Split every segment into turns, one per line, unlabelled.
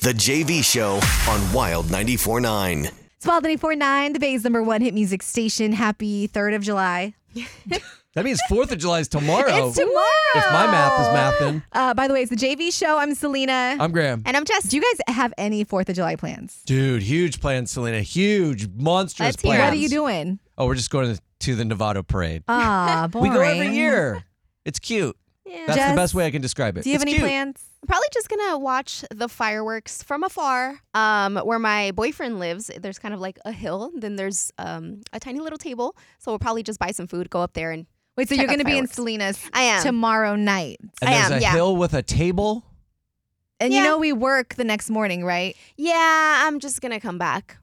The JV Show on Wild 94.9.
It's Wild 949, the Bay's number one hit music station. Happy 3rd of July.
That means Fourth of July is tomorrow.
It's tomorrow.
Oh. If my math is mathing,
Uh, by the way, it's the JV show. I'm Selena.
I'm Graham.
and I'm Jess. Do you guys have any 4th of July plans?
Dude, huge plans, Selena. Huge, monstrous
Let's hear
plans.
Yeah.
What are you doing?
Oh, we're just going to the, to the Nevada Parade.
Ah, boring.
We go every year. It's cute.
Yeah.
That's
Jess,
the best way I can describe it.
Do you have
It's
any
cute.
plans?
Probably just gonna watch the fireworks from afar. Um, where my boyfriend lives, there's kind of like a hill. Then there's um a tiny little table. So we'll probably just buy some food, go up there, and
Wait, so
Check
you're
out
going to be in
fireworks.
Selena's
I am.
tomorrow night.
And
I
there's
am,
a
yeah.
hill with a table.
And you
Yeah.
know we work the next morning, right?
yeah, I'm just gonna come back.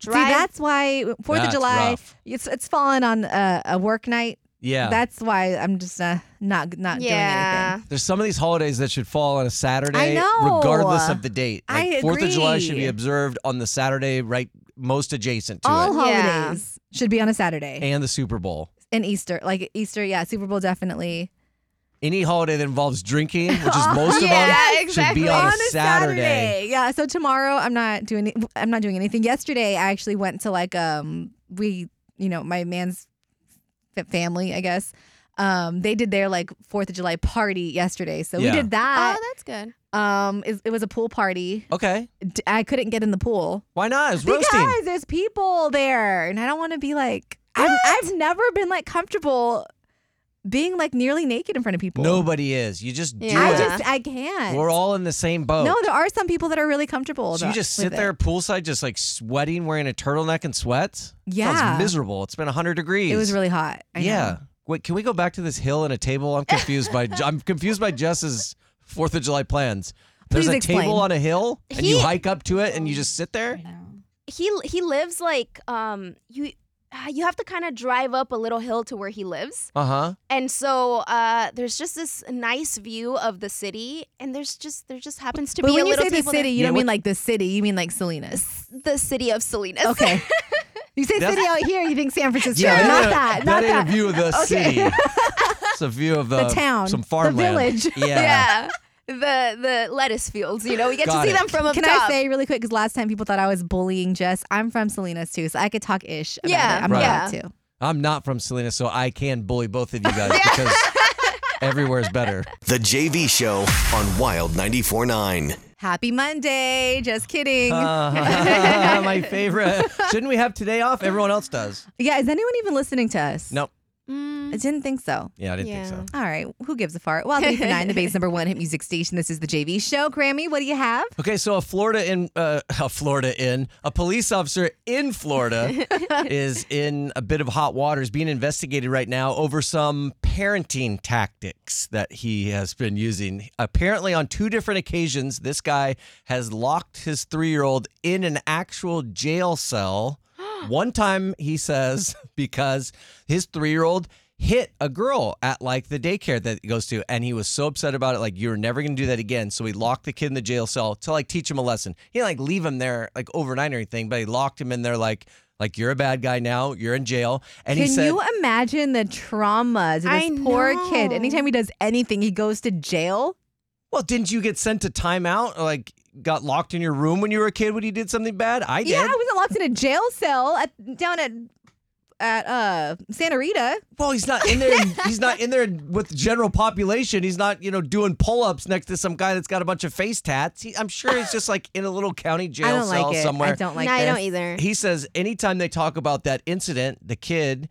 Drive.
See, that's why 4th of
That's
July,
rough.
it's it's fallen on a, a work night.
Yeah.
That's why I'm just uh, not not doing
yeah.
anything.
There's some of these holidays that should fall on a Saturday,
I know.
regardless of the date.
I
Like Fourth of July should be
agree.
observed on the Saturday right most adjacent to
All
it,
Yeah.
holidays should be on a Saturday.
and the Super Bowl.
and Easter, like Easter, yeah, Super Bowl definitely.
Any holiday that involves drinking, which is most of them,
Yeah,
should be
exactly.
on,
On
a Saturday.
yeah. So tomorrow, I'm not doing, I'm not doing anything. Yesterday, I actually went to like, um, we, you know, my man's f- family, I guess. Um, they did their like Fourth of July party yesterday, so
Yeah.
we did that.
oh, that's good.
Um, it, it was a pool party.
Okay.
D- I couldn't get in the pool
Why not? It's
because
roasting.
there's people there, and I don't want to be like, I've, I've never been like comfortable being like nearly naked in front of people.
Nobody is. You just do
Yeah.
I
it.
just, I can't.
We're all in the same boat.
No, there are some people that are really comfortable.
so you
tho-
just
with
sit
it.
there poolside, just like sweating, wearing a turtleneck and sweats.
Yeah.
Sounds miserable. It's been 100 degrees.
It was really hot. I know.
yeah. Wait, can we go back to this hill and a table? I'm confused by I'm confused by Jess's Fourth of July plans. There's
Please
a
explain.
table on a hill, and you
He-
hike up to it, and you just sit there.
He he lives like um you uh, you have to kind of drive up a little hill to where he lives.
Uh huh.
And so uh, there's just this nice view of the city, and there's just there just happens to
But
be a
when you
little
say the
table
city, you
Yeah,
don't
what-
mean like the city. You mean like Salinas.
there. the city of Salinas.
Okay. you say
That's-
city out here, you think San Francisco.
that
not
ain't
that.
a-
Not that.
ain't a view of the city. It's a view of the,
The town,
some
the
farmland,
village.
Yeah.
yeah. The the lettuce fields, you know, we get
Got
to see
it.
them from up
Can
top.
I say really quick? Because last time people thought I was bullying Jess. I'm from Salinas too, so I could talk ish. About
Yeah,
it. I'm
Right.
allowed to.
I'm not from Salinas, so I can bully both of you guys because everywhere is better.
The JV Show on Wild 94.9.
Happy Monday. Just kidding.
Uh, my favorite. Shouldn't we have today off? Everyone else does.
yeah. Is anyone even listening to us?
Nope.
Mm,
I didn't think so.
Yeah, I didn't think so.
All right, who gives a fart? Well, three for nine, the base number one hit music station. This is the JV show. Grammy, what do you have?
Okay, so a Florida in uh, a Florida in a police officer in Florida is in a bit of hot water. Is being investigated right now over some parenting tactics that he has been using. Apparently, on two different occasions, this guy has locked his three-year-old in an actual jail cell. One time, he says because his three-year-old hit a girl at like the daycare that he goes to and he was so upset about it like you're never going to do that again so he locked the kid in the jail cell to like teach him a lesson he didn't like leave him there like overnight or anything but he locked him in there like like you're a bad guy now you're in jail and
Can
he said
you imagine the trauma to this
I
poor
know.
kid? Anytime he does anything, he goes to jail.
well didn't you get sent to timeout or like got locked in your room when you were a kid when you did something bad i did
Yeah, I wasn't locked in a jail cell at, down at at uh Santa Rita.
well he's not in there he's not in there with the general population he's not you know doing pull-ups next to some guy that's got a bunch of face tats he, i'm sure he's just like in a little county jail
I don't
cell
like it.
somewhere
I don't like
no,
this.
I don't either.
He says anytime they talk about that incident, the kid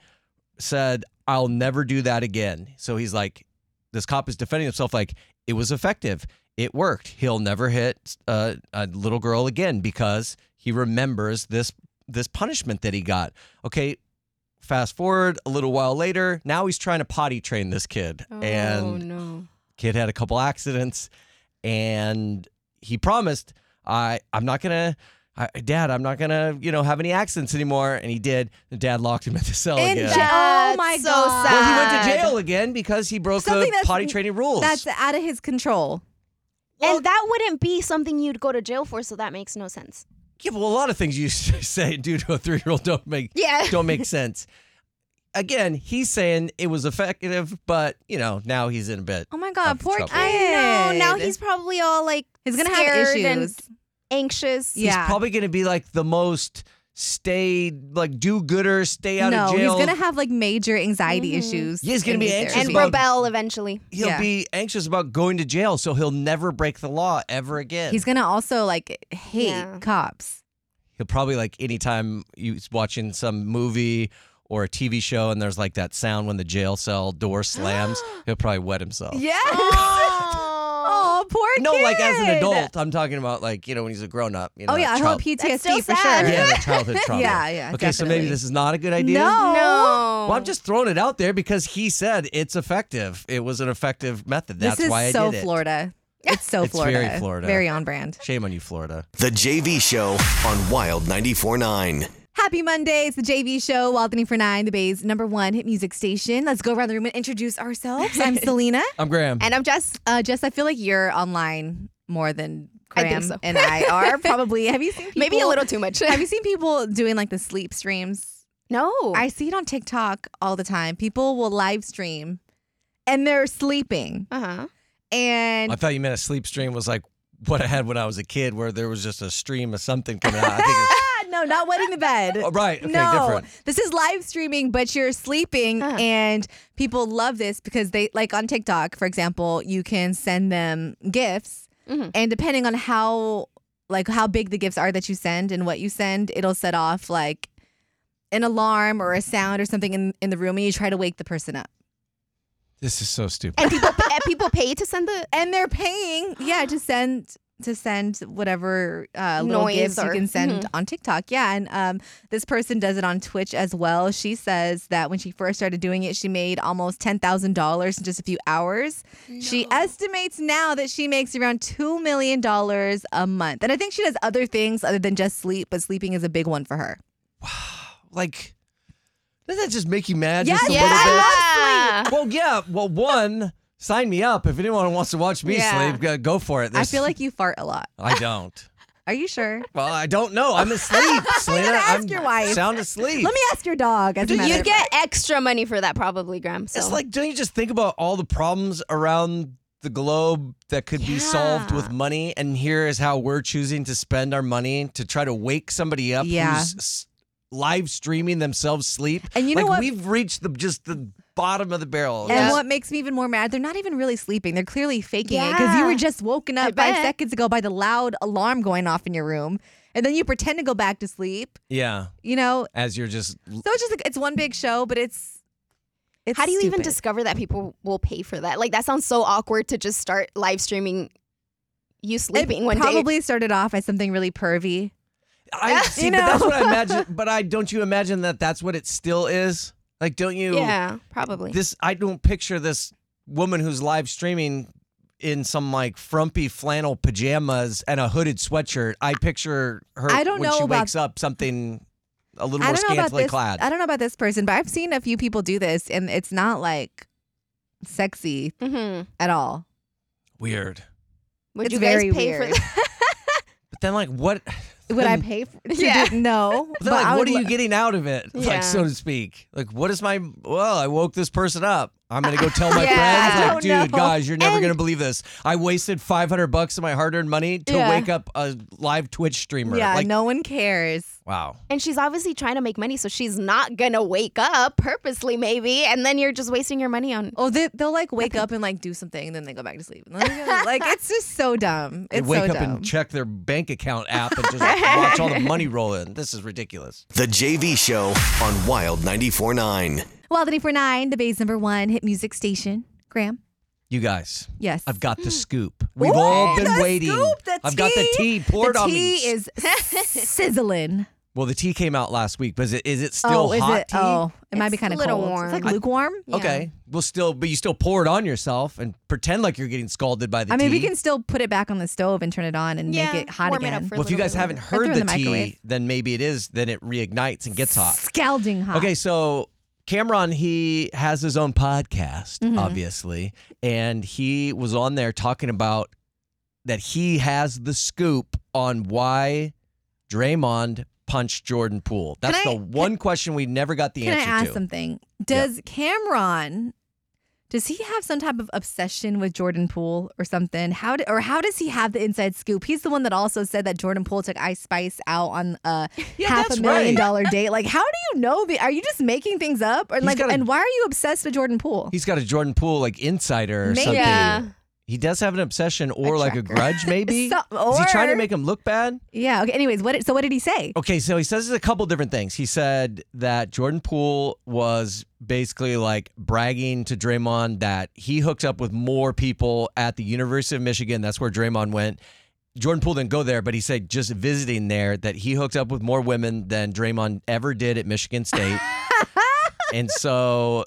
said, I'll never do that again. So he's like, this cop is defending himself like, it was effective. It worked. He'll never hit uh, a little girl again because he remembers this this punishment that he got. Okay, fast forward a little while later. Now he's trying to potty train this kid,
oh
and
no.
kid had a couple accidents, and he promised, I I'm not gonna. I, Dad, I'm not gonna, you know, have any accidents anymore, and he did. And Dad locked him in the cell
In
again.
jail. Oh
That's
my
so
God.
Well, he went to
sad.
jail again because he broke
Something
the
that's-
potty training rules.
That's out of his control.
Well-
and that wouldn't be something you'd go to jail for, so that makes no sense.
Yeah, well, a lot of things you say and do to a three-year-old don't make
Yeah.
don't make sense. Again, he's saying it was effective, but you know now he's in a bit.
Oh my God,
Of
poor
trouble.
kid.
I know. Now he's probably all like
He's gonna have
scared
issues.
and anxious.
Yeah.
He's probably going to be like the most stay like do-gooder, stay out
no,
of jail.
he's gonna have like major anxiety
Mhm.
issues.
Yeah, he's gonna
and
be
need
anxious
and
therapy.
about-
rebel eventually.
He'll
yeah.
be anxious about going to jail, so he'll never break the law ever again.
He's gonna also like hate
Yeah.
cops.
he'll probably like anytime you he's watching some movie or a TV show and there's like that sound when the jail cell door slams, he'll probably wet himself.
Yes.
Oh,
Oh, poor
No,
kid.
like as an adult, I'm talking about like you know when he's a grown up. You know,
Oh yeah,
that
he'll have
child-
PTSD
still
for
sad.
sure.
Yeah, that childhood trauma.
Yeah, yeah,
Okay, so maybe
definitely.
this is not a good idea.
No.
no.
Well, I'm just throwing it out there because he said it's effective. It was an effective method. That's
this is
why
so
I did it.
Florida. It's so
It's very
Florida.
Florida.
Very on brand.
Shame on you, Florida.
The JV Show on Wild 94.9.
Happy Monday. It's the JV show, Waldany for Nine, the Bay's number one hit music station. Let's go around the room and introduce ourselves. I'm Selena.
I'm Graham.
and I'm just
Uh, Jess, I feel like you're online more than
I
Graham
think so.
and I are. Probably. Have you seen people,
maybe a little too much.
Have you seen people doing like the sleep streams?
no.
I see it on TikTok all the time. People will live stream and they're sleeping.
uh huh.
And
I thought you meant a sleep stream was like what I had when I was a kid, where there was just a stream of something coming out. I think. It's,
Ah, no, not wetting the bed.
Oh, right. Okay,
no,
different.
this is live streaming, but you're sleeping,
Huh.
and people love this because they like on TikTok, for example, you can send them gifts,
Mhm.
and depending on how like how big the gifts are that you send and what you send, it'll set off like an alarm or a sound or something in, in the room, and you try to wake the person up.
This is so stupid.
And people and people pay to send the
And they're paying, yeah, to send to send whatever uh, little
Noise
gifts you
or- Mm-hmm.
can send on TikTok. Yeah, and um, this person does it on Twitch as well. She says that when she first started doing it, she made almost ten thousand dollars in just a few hours. She estimates now that she makes around two million dollars a month, and I think she does other things other than just sleep, but sleeping is a big one for her.
Like, doesn't that just make you mad?
Yes,
just a
yes,
little bit?
I love
Well, yeah. Well, one, sign me up if anyone wants to watch me
Yeah.
sleep. uh, Go for it.
I
This-
feel like you fart a lot.
I don't.
Are you sure?
Well, I don't know. I'm asleep. Selena.
gonna ask
I'm
your wife.
Sound asleep.
Let me ask your dog. As a matter
You'd
of-
get extra money for that probably, Graham. So.
It's like, don't you just think about all the problems around the globe that could be solved
Yeah.
with money? And here is how we're choosing to spend our money to try to wake somebody up
Yeah.
who's s- live streaming themselves sleep.
And you know
like,
what?
We've reached the just the bottom of the barrel.
And
Just-
what makes me even more mad, they're not even really sleeping. They're clearly faking it because you
Yeah.
were just woken
I
up five
bet.
seconds ago by the loud alarm going off in your room. And then you pretend to go back to sleep,
yeah,
you know?
as you're just
So it's just like, it's one big show, but it's. it's
How do you even
stupid.
discover that people will pay for that? Like that sounds so awkward to just start live streaming you sleeping
It
one day.
probably started off as something really pervy.
I see,
you
but that's
know.
what I imagine. But I don't you imagine that that's what it still is? Like, don't you?
Yeah, probably.
This I don't picture this woman who's live streaming in some like frumpy flannel pajamas and a hooded sweatshirt. I picture her
I don't
when
know
she
about-
wakes up something a little
I
more
don't know about
scantily
this. Uh,
clad.
I don't know about this person, but I've seen a few people do this, and it's not like sexy
hmm
at all.
Weird.
Would
It's
you guys
very
pay for
weird.
that?
But then like what
Would I
then-
pay for? To
Yeah.
do- no.
But then, like,
I
what
would
are you
lo-
getting out of it?
Yeah.
Like so to speak. Like what is my well, I woke this person up. I'm gonna go tell my
Yeah. I
friends, like,
don't
dude,
know.
guys, you're never
And-
gonna believe this. I wasted 500 bucks of my hard-earned money to
Yeah.
wake up a live Twitch streamer.
Yeah,
like,
no one cares.
wow.
And she's obviously trying to make money, so she's not gonna wake up purposely, maybe. And then you're just wasting your money on.
Oh, they, they'll like wake up and like do something, and then they go back to sleep. And, like, like, it's just so dumb.
They
It's
wake
so
up
dumb.
and check their bank account app and just watch all the money roll in. This is ridiculous.
The JV Show on Wild 94.9.
well, the day for nine, the Bay's number one hit music station. Graham,
You guys,
yes,
I've got the scoop. We've
Ooh,
all been
the
waiting.
scoop, the
I've got the
tea.
tea poured
the
on
tea
me.
is sizzling.
Well, the tea came out last week, but is it, is it
oh,
still
is
hot
it?
tea?
Oh, it might
It's
be kind
a
of
little
cold.
warm.
It's like lukewarm.
Yeah.
Okay. Well, still, but you still pour it on yourself and pretend like you're getting scalded by the
I
tea.
mean, we can still put it back on the stove and turn it on and
Yeah,
make it hot
warm it up
again.
for a
Well, if you
little
guys
bit.
haven't
I
threw it
heard
in
the,
the microwave.
tea, then maybe it is. Then it reignites and gets hot.
Scalding hot.
Okay, so Cameron, he has his own podcast,
Mm-hmm.
obviously, and he was on there talking about that he has the scoop on why Draymond punched Jordan Poole. That's
I-
the one question we never got the
Can I
answer
ask
to.
something? Does Cameron does he have some type of obsession with Jordan Poole or something? How do, or how does he have the inside scoop? He's the one that also said that Jordan Poole took Ice Spice out on a
Yeah,
half
that's
a million
right.
dollar date. Like, how do you know the are you just making things up? Or
He's
like
got a-
and why are you obsessed with Jordan Poole?
He's got a Jordan Poole like insider or
Maybe.
something.
Yeah.
He does have an obsession or like a
tracker.
grudge, maybe.
So-
Is he trying to
or-
make him look bad?
Yeah, okay. Anyways, what so what did he say?
Okay, so he says a couple different things. He said that Jordan Poole was basically like bragging to Draymond that he hooked up with more people at the University of Michigan. That's where Draymond went. Jordan Poole didn't go there, but he said just visiting there that he hooked up with more women than Draymond ever did at Michigan State. and so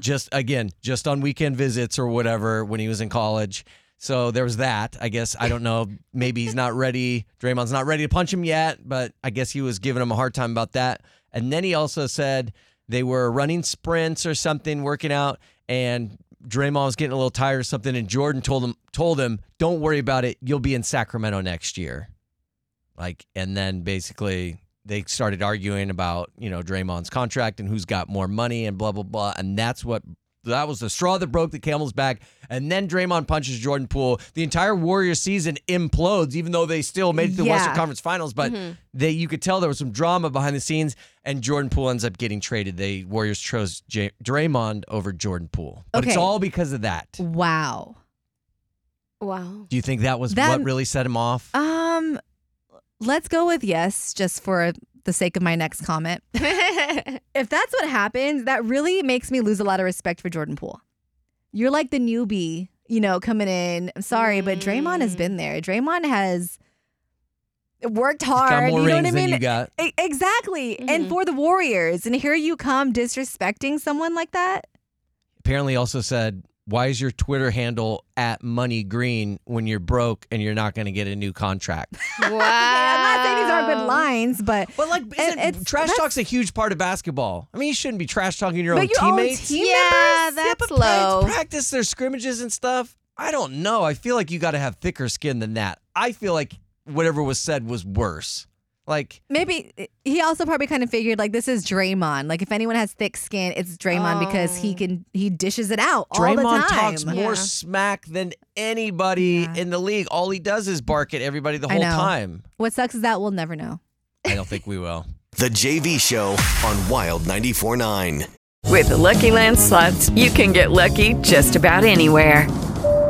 just again, just on weekend visits or whatever when he was in college. So there was that. I guess I don't know. Maybe he's not ready. Draymond's not ready to punch him yet, but I guess he was giving him a hard time about that. And then he also said they were running sprints or something, working out, and Draymond was getting a little tired or something. And Jordan told him, told him, "Don't worry about it. You'll be in Sacramento next year." Like, and then basically they started arguing about you know Draymond's contract and who's got more money and blah blah blah. And that's what that was the straw that broke the camel's back. And then Draymond punches Jordan Poole. The entire Warrior season implodes, even though they still made it to the
Yeah. Mm-hmm.
Western Conference Finals. But they you could tell there was some drama behind the scenes. And Jordan Poole ends up getting traded. They Warriors chose J- Draymond over Jordan Poole, but it's
Okay.
all because of that.
Wow.
Wow.
Do you think that was
That-
what really set him off?
Um let's go with yes just for the sake of my next comment. if that's what happens, that really makes me lose a lot of respect for Jordan Poole. You're like the newbie, you know, coming in. I'm sorry, but Draymond has
Mm.
been there. Draymond has worked hard.
got more
you know
rings
what I
than
mean?
you got.
E- Exactly.
Mm-hmm.
And for the Warriors. And here you come disrespecting someone like that.
apparently also said, "Why is your Twitter handle at Money Green when you're broke and you're not going to get a new contract?"
Wow.
I'm not saying these aren't
Oh.
good lines, but
But like, isn't,
it's-
trash
that's-
talk's a huge part of basketball. I mean, you shouldn't be trash talking your
but
own
your
teammates.
own team
Yeah,
members?
that's
But pra-
low.
Practice their scrimmages and stuff. I don't know. I feel like you got to have thicker skin than that. I feel like whatever was said was worse. Like,
Maybe he also probably kind of figured like this is Draymond. Like if anyone has thick skin, it's Draymond because
Oh.
he can he dishes it out all the time.
Draymond talks more
Yeah.
smack than anybody in the league. All he does is bark at everybody the
I
whole
know.
time.
What sucks is that we'll never know.
I don't think we will.
The JV Show on Wild 94.9.
With the Lucky Land slots, you can get lucky just about anywhere.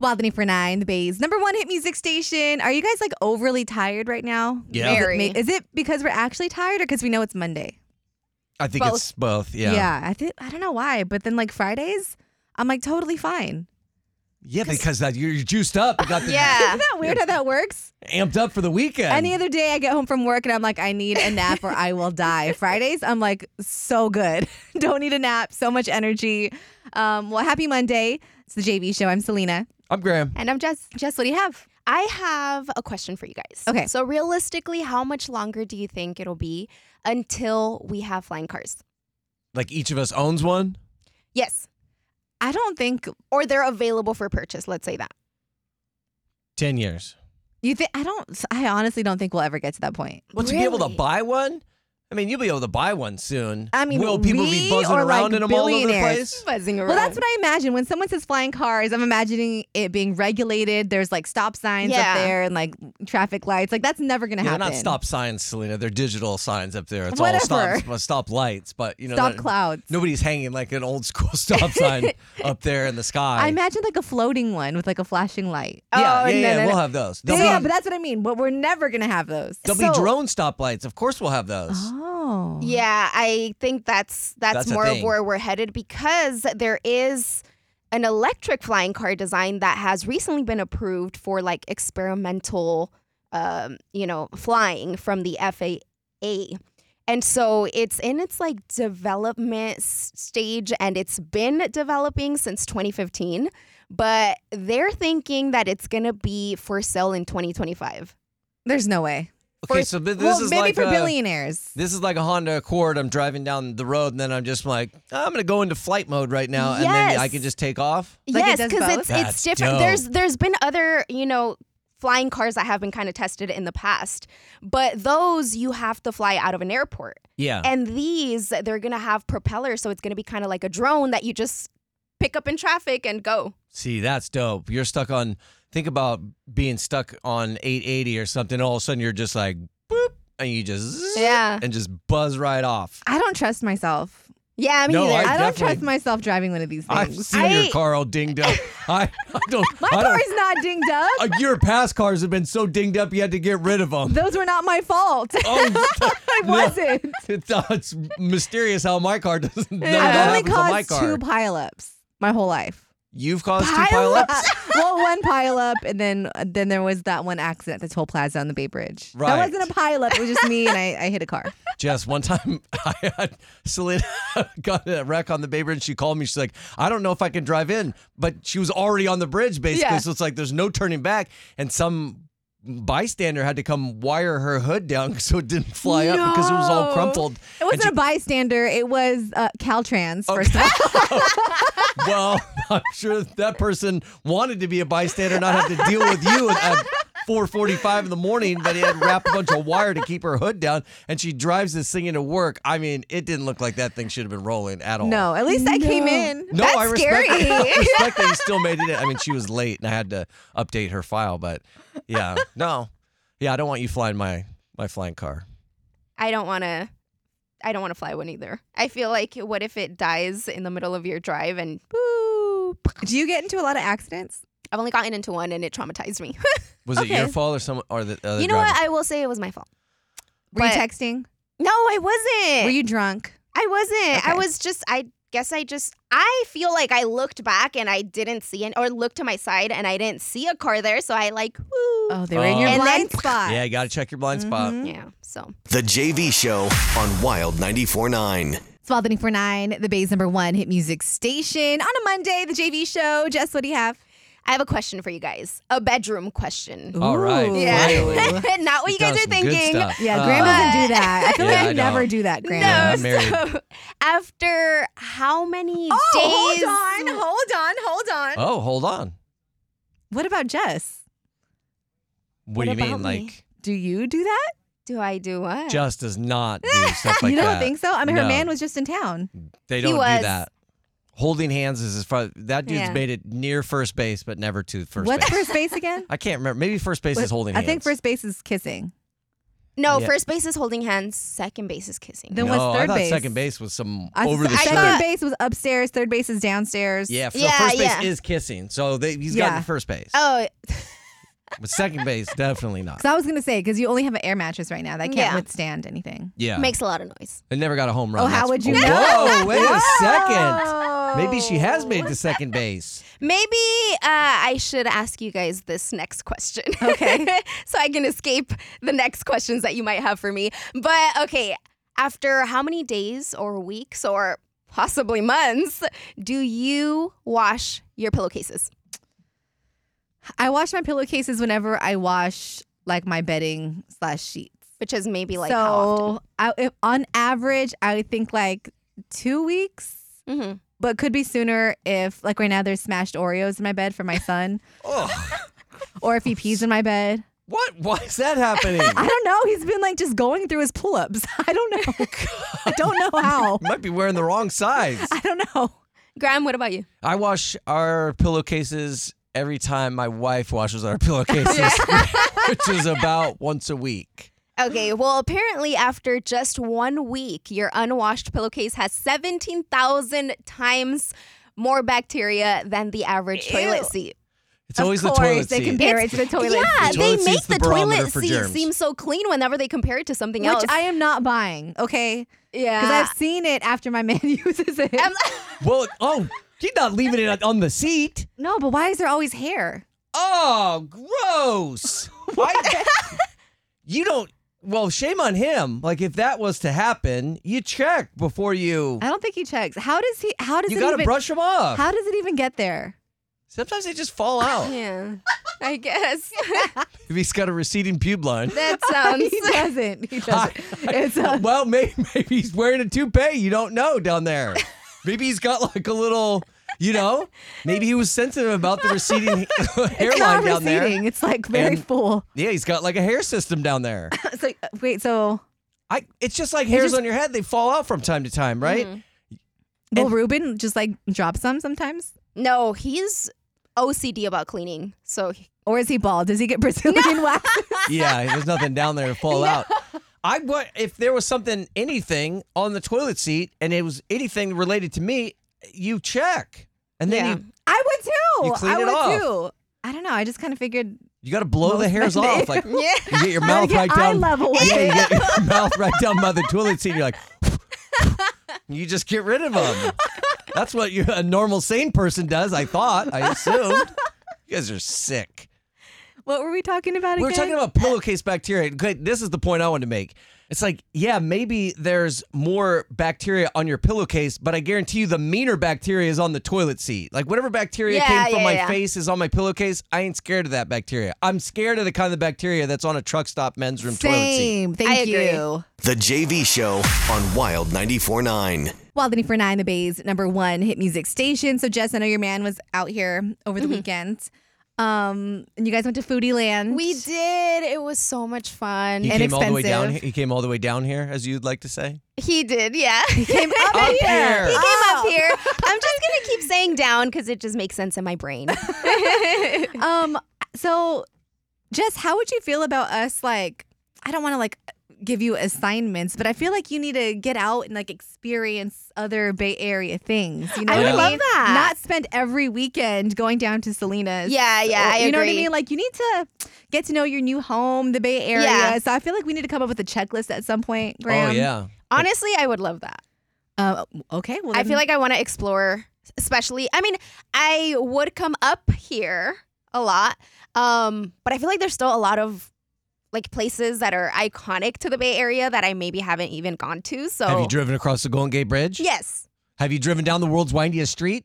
Wildney for nine, the Bay's number one hit music station. Are you guys like overly tired right now?
Yeah.
Is it,
Very.
ma- is it because we're actually tired or because we know it's Monday?
I think
Both.
it's both.
Yeah. I think I don't know why, but then like Fridays, I'm like totally fine.
Yeah, because that you're you're juiced up. You got the
Yeah.
Isn't that weird how that works?
amped up for the weekend.
Any other day I get home from work and I'm like, I need a nap or I will die. Fridays, I'm like, so good. Don't need a nap. So much energy. Um, well, happy Monday. It's the JV show. I'm Selena.
I'm Graham.
And I'm Jess. Jess, what do you have? I have a question for you guys.
Okay.
So realistically, how much longer do you think it'll be until we have flying cars?
Like each of us owns one.
Yes.
I don't think
Or they're available for purchase, let's say that.
Ten years.
you think I don't I honestly don't think we'll ever get to that point.
Well, to be able to
Really?
buy one, I mean, you'll be able to buy one soon.
I mean,
will people
we
be buzzing
or, like,
around in them all over the
billionaires?
place?
Buzzing around.
Well, that's what I imagine. When someone says flying cars, I'm imagining it being regulated. There's like stop signs
Yeah.
up there and like traffic lights. Like that's never gonna
Yeah, they're
happen.
not stop signs, Selena. They're digital signs up there. It's all
Whatever.
stop, uh, stop lights, but you know,
Stop
they're-
clouds.
Nobody's hanging like an old school stop sign up there in the sky.
I imagine like a floating one with like a flashing light.
yeah,
Oh,
yeah,
no,
yeah.
no, no.
We'll have those. They'll
Yeah,
be,
but that's what I mean. But we're never gonna have those.
they'll be
so-
drone stoplights. Of course, we'll have those.
Oh,
Yeah, I think that's that's,
That's a
more of
thing.
where we're headed because there is an electric flying car design that has recently been approved for like experimental um, you know, flying from the FAA. And so it's in its like development s- stage and it's been developing since 2015, but they're thinking that it's going to be for sale in 2025.
There's no way.
Okay,
For-
so th- this
well,
is
maybe
like
for
a,
billionaires.
This is like a Honda Accord. I'm driving down the road, and then I'm just like, I'm gonna go into flight mode right now, and then I
Yes.
can just take off.
Like it
yes,
does
because
both?
it's
That's
it's different.
dope.
There's there's been other you know flying cars that have been kind of tested in the past, but those you have to fly out of an airport,
Yeah.
and these they're gonna have propellers, so it's gonna be kind of like a drone that you just pick up in traffic and go.
See, that's dope. You're stuck on. Think about being stuck on 880 or something. All of a sudden, you're just like boop, and you just zzz,
Yeah.
and just buzz right off.
I don't trust myself.
Yeah, me
No,
neither.
I
I, don't
definitely-
trust myself driving one of these
I've
things.
seen your
I-
car all dinged up. I, I don't.
My
I
car
don't
is not dinged up.
uh, your past cars have been so dinged up, you had to get rid of them.
Those were not my fault.
oh,
I
no.
wasn't.
it's, uh, it's mysterious how my car doesn't. none of that
I've only
happens on my
caused two
car.
pileups my whole life.
You've caused two pileups.
well, one pile up, and then uh, then there was that one accident at the toll plaza on the Bay Bridge.
Right.
That wasn't a pile up. It was just me, and I, I hit a car.
Jess, one time I had Selena got in a wreck on the Bay Bridge. She called me. She's like, I don't know if I can drive in, but she was already on the bridge basically.
Yeah.
So it's like there's no turning back. And some bystander had to come wire her hood down so it didn't fly up because it was all
No.
crumpled.
It
And
wasn't a bystander. It was uh, Caltrans.
Oh,
First of all,
she- well, I'm sure that person wanted to be a bystander, not have to deal with you at. at 4:45 in the morning, but he had wrapped a bunch of wire to keep her hood down, and she drives this thing into work. I mean, it didn't look like that thing should have been rolling at all.
no. At least I came in.
No,
That's
I respect,
scary.
I respect that you still made it. in. I mean, she was late, and I had to update her file. But yeah, no, yeah, I don't want you flying my my flying car.
I don't want to. I don't want to fly one either. I feel like what if it dies in the middle of your drive and boop.
Do you get into a lot of accidents?
I've only gotten into one and it traumatized me.
Was it
Okay.
your fault or some or the other
you know what?
driver?
I will say it was my fault.
Were you
But-
texting?
No, I wasn't.
Were you drunk?
I wasn't. I
Okay.
was just I guess I just I feel like I looked back and I didn't see it or looked to my side and I didn't see a car there, so I like woo.
Oh, they were in your
Oh.
And then-
blind spot.
yeah, you got to check your blind spot.
Yeah. So
The JV Show on Wild 94.9.
Small 949, the Bay's number one hit music station on a Monday. The JV show. Jess, what do you have?
I have a question for you guys. A bedroom question.
All right,
Ooh.
Yeah.
finally.
Not what you
Found
guys are
some good
thinking.
stuff.
Yeah,
Uh,
grandma doesn't do that. I feel
Yeah,
like
I
I never
don't.
do that,
No,
grandma.
Yeah, I'm married.
so after how many days?
hold Oh, on, hold on.
Oh, hold on.
What about Jess?
What,
What
do you mean?
about me?
Like,
Do you do that?
Do I do what?
Jess does not do stuff like
you don't
that.
think so? I mean, her
No.
man was just in town.
They don't
was.
do that. Holding hands is as far. That dude's
Yeah.
made it near first base, but never to first
What's
base.
first base again?
I can't remember. Maybe first base is
What-
holding
I
hands.
think first base is kissing.
no,
Yeah.
first base is holding hands, second base is kissing.
Then
no,
what's
I
third
thought
base?
second base was some
I-
over the
second
shirt.
base was upstairs. Third base is downstairs.
Yeah, so
Yeah,
first base
yeah.
is kissing. So they, he's
Yeah.
gotten first base.
oh,
But second base, definitely not.
Because I was gonna say because you only have an air mattress right now that can't
Yeah.
withstand anything.
Yeah.
makes a lot of noise.
they never got a home run.
Oh, how
That's-
would you
Whoa,
know?
wait a second.
Oh.
Maybe she has made the second base.
Maybe uh, I should ask you guys this next question.
Okay.
so I can escape the next questions that you might have for me. But okay, after how many days or weeks or possibly months do you wash your pillowcases?
I wash my pillowcases whenever I wash like my bedding slash sheets.
Which is maybe like
so
how often?
I, if, on average, I would think like two weeks.
Mhm.
but could be sooner if
Oh.
like right now there's smashed Oreos in my bed for my son. or if he pees in my bed.
What? Why is that happening?
I don't know. He's been like just going through his pull ups. I don't know. I don't know how.
Might be wearing the wrong size.
I don't know.
Graham, what about you?
I wash our pillowcases every time my wife washes our pillowcases, which is about once a week.
Okay, well, apparently, after just one week, your unwashed pillowcase has 17,000 times more bacteria than the average toilet seat.
It's always
of
the
course,
toilet
they
seat.
compare it to the toilet.
Yeah,
The
they
toilet
make
seat's
the,
the barometer
toilet
for
seat
germs.
seem so clean whenever they compare it to something
Which
else.
I am not buying, okay? Because
yeah.
I've seen it after my man uses it.
I'm-
well, oh, she's not leaving it on the seat.
no, but why is there always hair?
Oh, gross. I- you don't. Well, shame on him. Like, if that was to happen, you check before you.
I don't think he checks. How does he? How does
You
it
got to
even,
brush him off.
How does it even get there?
Sometimes they just fall out.
yeah, I guess.
If he's got a receding pube line.
that sounds.
he doesn't. He doesn't. it's a,
well, maybe, maybe he's wearing a toupee. You don't know down there. Maybe he's got like a little, you know, maybe he was sensitive about the receding
it's not
hairline down there.
receding. It's like very
And-
full.
Yeah, he's got like a hair system down there.
It's like uh, wait, so
I, it's just like hairs
just- Mm-hmm.
on your head. They fall out from time to time, right?
will Ruben just like drop some sometimes,
No, he's OCD about cleaning. So
or is he bald? Does he get Brazilian wax?
yeah, there's nothing down there to fall out. I what if there was something, anything on the toilet seat, and it was anything related to me, you check, and then
Yeah.
you
I would too.
You clean
I
it
would
off.
too. I don't know. I just kind of figured
you got to blow the
Most
hairs
men
off,
do.
like
Yeah.
you get your
I
mouth
get
right
eye
down,
level with
yeah, you
it.
get your mouth right down by the toilet seat, and you're like, you just get rid of them. That's what you, a normal sane person does. I thought, I assumed. You guys are sick.
What were we talking about
We were
again?
talking about pillowcase bacteria. Okay, This is the point I wanted to make. It's like, yeah, maybe there's more bacteria on your pillowcase, but I guarantee you the meaner bacteria is on the toilet seat. Like whatever bacteria
Yeah,
came from
yeah,
my
yeah.
face is on my pillowcase. I ain't scared of that bacteria. I'm scared of the kind of bacteria that's on a truck stop men's room toilet seat.
Same. Thank
I agree.
you.
The JV Show on Wild 94.9.
Wild for Nine, the Bay's number one hit music station. So Jess, I know your man was out here over the
Mm-hmm.
weekend, um, and you guys went to Foodie Land.
we did. It was so much fun.
He
And
came all the way down.
expensive.
He came all the way down here, as you'd like to say.
He did, yeah. He
came up Oh.
Up
here.
here.
came up
Up.
here. I'm just gonna keep saying down because it just makes sense in my brain.
Um, so Jess, how would you feel about us? Like, I don't want to like give you assignments, but I feel like you need to get out and like experience other Bay Area things. You know,
I
what
would
I
love
mean?
that.
Not spend every weekend going down to Selena's.
Yeah, yeah,
Or-
I
you know what I
agree.
mean. Like, you need to get to know your new home, the Bay Area.
Yeah.
So I feel like we need to come up with a checklist at some point. Graham.
Oh yeah.
Honestly, I would love that.
Uh, okay. Well,
I
then-
feel like I want to explore, especially. I mean, I would come up here a lot, um, but I feel like there's still a lot of like places that are iconic to the Bay Area that I maybe haven't even gone to. So
Have you driven across the Golden Gate Bridge?
yes,
Have you driven down the world's windiest street?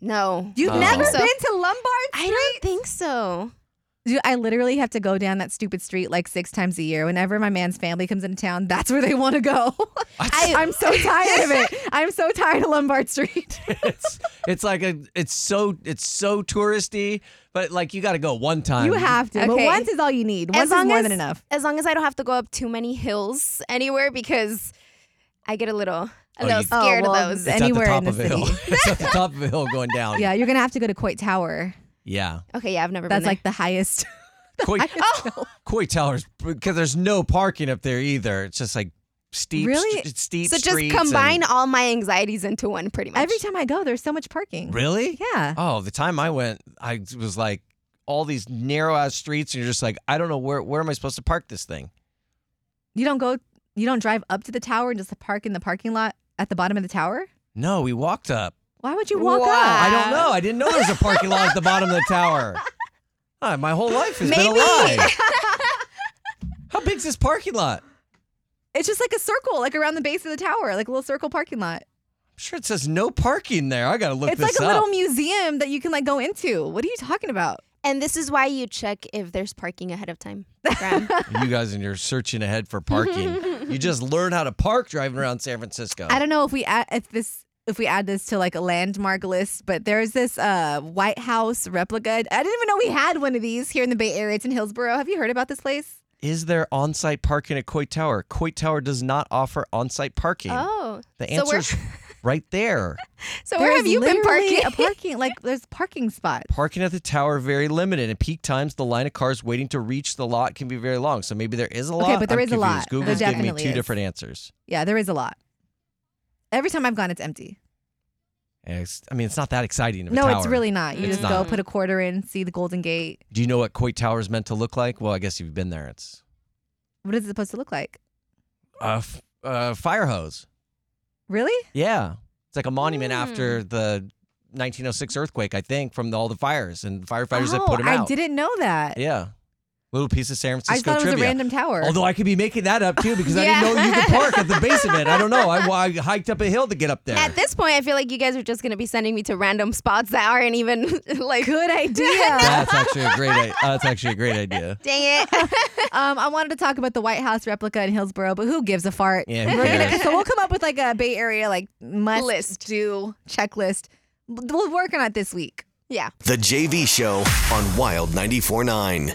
no,
you've
Oh.
never
So-
been to Lombard.
I don't think so.
Dude, I literally have to go down that stupid street like six times a year. Whenever my man's family comes into town, that's where they want to go. I, I'm so tired of it. I'm so tired of Lombard Street.
it's it's like a it's so it's so touristy, but like you got to go one time.
You have to. But
Okay.
once is all you need. Once is more
as,
than enough.
As long as I don't have to go up too many hills anywhere because I get a little a
Oh,
little
you-
Oh,
scared
well,
of those.
then-
It's
anywhere
at
in
the top
the
of a hill.
city.
it's at the top of a hill going down.
Yeah, you're going to have to go to Coit Tower.
yeah.
Okay, yeah, I've never
That's
been
like the highest.
Koi, oh! Koi Towers because there's no parking up there either. It's just like steep,
Really?
st- steep.
there. So just
streets and-
combine all my anxieties into one pretty much.
Every time I go, there's so much parking.
really?
Yeah.
Oh, the time I went, I was like all these narrow ass streets, and you're just like, I don't know where where am I supposed to park this thing?
You don't go, you don't drive up to the tower and just park in the parking lot at the bottom of the tower?
No, we walked up.
Why would you walk
Oh, I
Why?
up?
don't know. I didn't know there was a parking lot at the bottom of the tower. Ah, my whole life has been a
Maybe.
lie. How big's this parking lot?
It's just like a circle, like around the base of the tower, like a little circle parking lot.
I'm sure it says no parking there. I gotta look
it's
this
like a
up.
little museum that you can like go into. What are you talking about?
and this is why you check if there's parking ahead of time. Graham.
you guys and you're searching ahead for parking. you just learn how to park driving around San Francisco.
I don't know if we a- if this if we add this to like a landmark list, but there's this uh, White House replica. I didn't even know we had one of these here in the Bay Area. It's in Hillsborough. Have you heard about this place?
Is there on-site parking at Coit Tower? Coit Tower does not offer on-site parking.
Oh,
the
so we're-
answer's right there.
so where
There's
have you been
literally
parking?
A parking like there's parking spots.
Parking at the tower very limited. At peak times, the line of cars waiting to reach the lot can be very long. So maybe there is a lot.
Okay, but there
I'm
is a lot.
confused. Google's
There
giving me
definitely
two
is.
different answers.
Yeah, there is a lot. Every time I've gone, it's empty.
And it's- I mean, it's not that exciting. Of a
No, it's
tower.
really not. You
It's
just go
not.
put a quarter in, see the Golden Gate.
Do you know what Coit Tower is meant to look like? Well, I guess you've been there. It's
What is it supposed to look like?
a f- a fire hose.
Really?
Yeah, it's like a monument
Hmm.
after the 1906 earthquake, I think, from all the fires and firefighters that
oh,
put them
I
out.
didn't know that.
Yeah, little piece of San
I
Francisco
thought it was
trivia.
a random tower.
Although I could be making that up too because I
Yeah.
didn't know you could park at the base of it. I don't know. I, I hiked up a hill to get up there.
At this point, I feel like you guys are just going to be sending me to random spots that aren't even like good idea.
That's actually a great. i- That's actually a great idea.
Dang it!
um, I wanted to talk about the White House replica in Hillsborough, but who gives a fart?
Yeah, who
We're gonna-
cares?
so we'll come up with like a Bay Area like must
List.
do checklist. We're working on it this week.
Yeah.
The JV Show on Wild 94.9.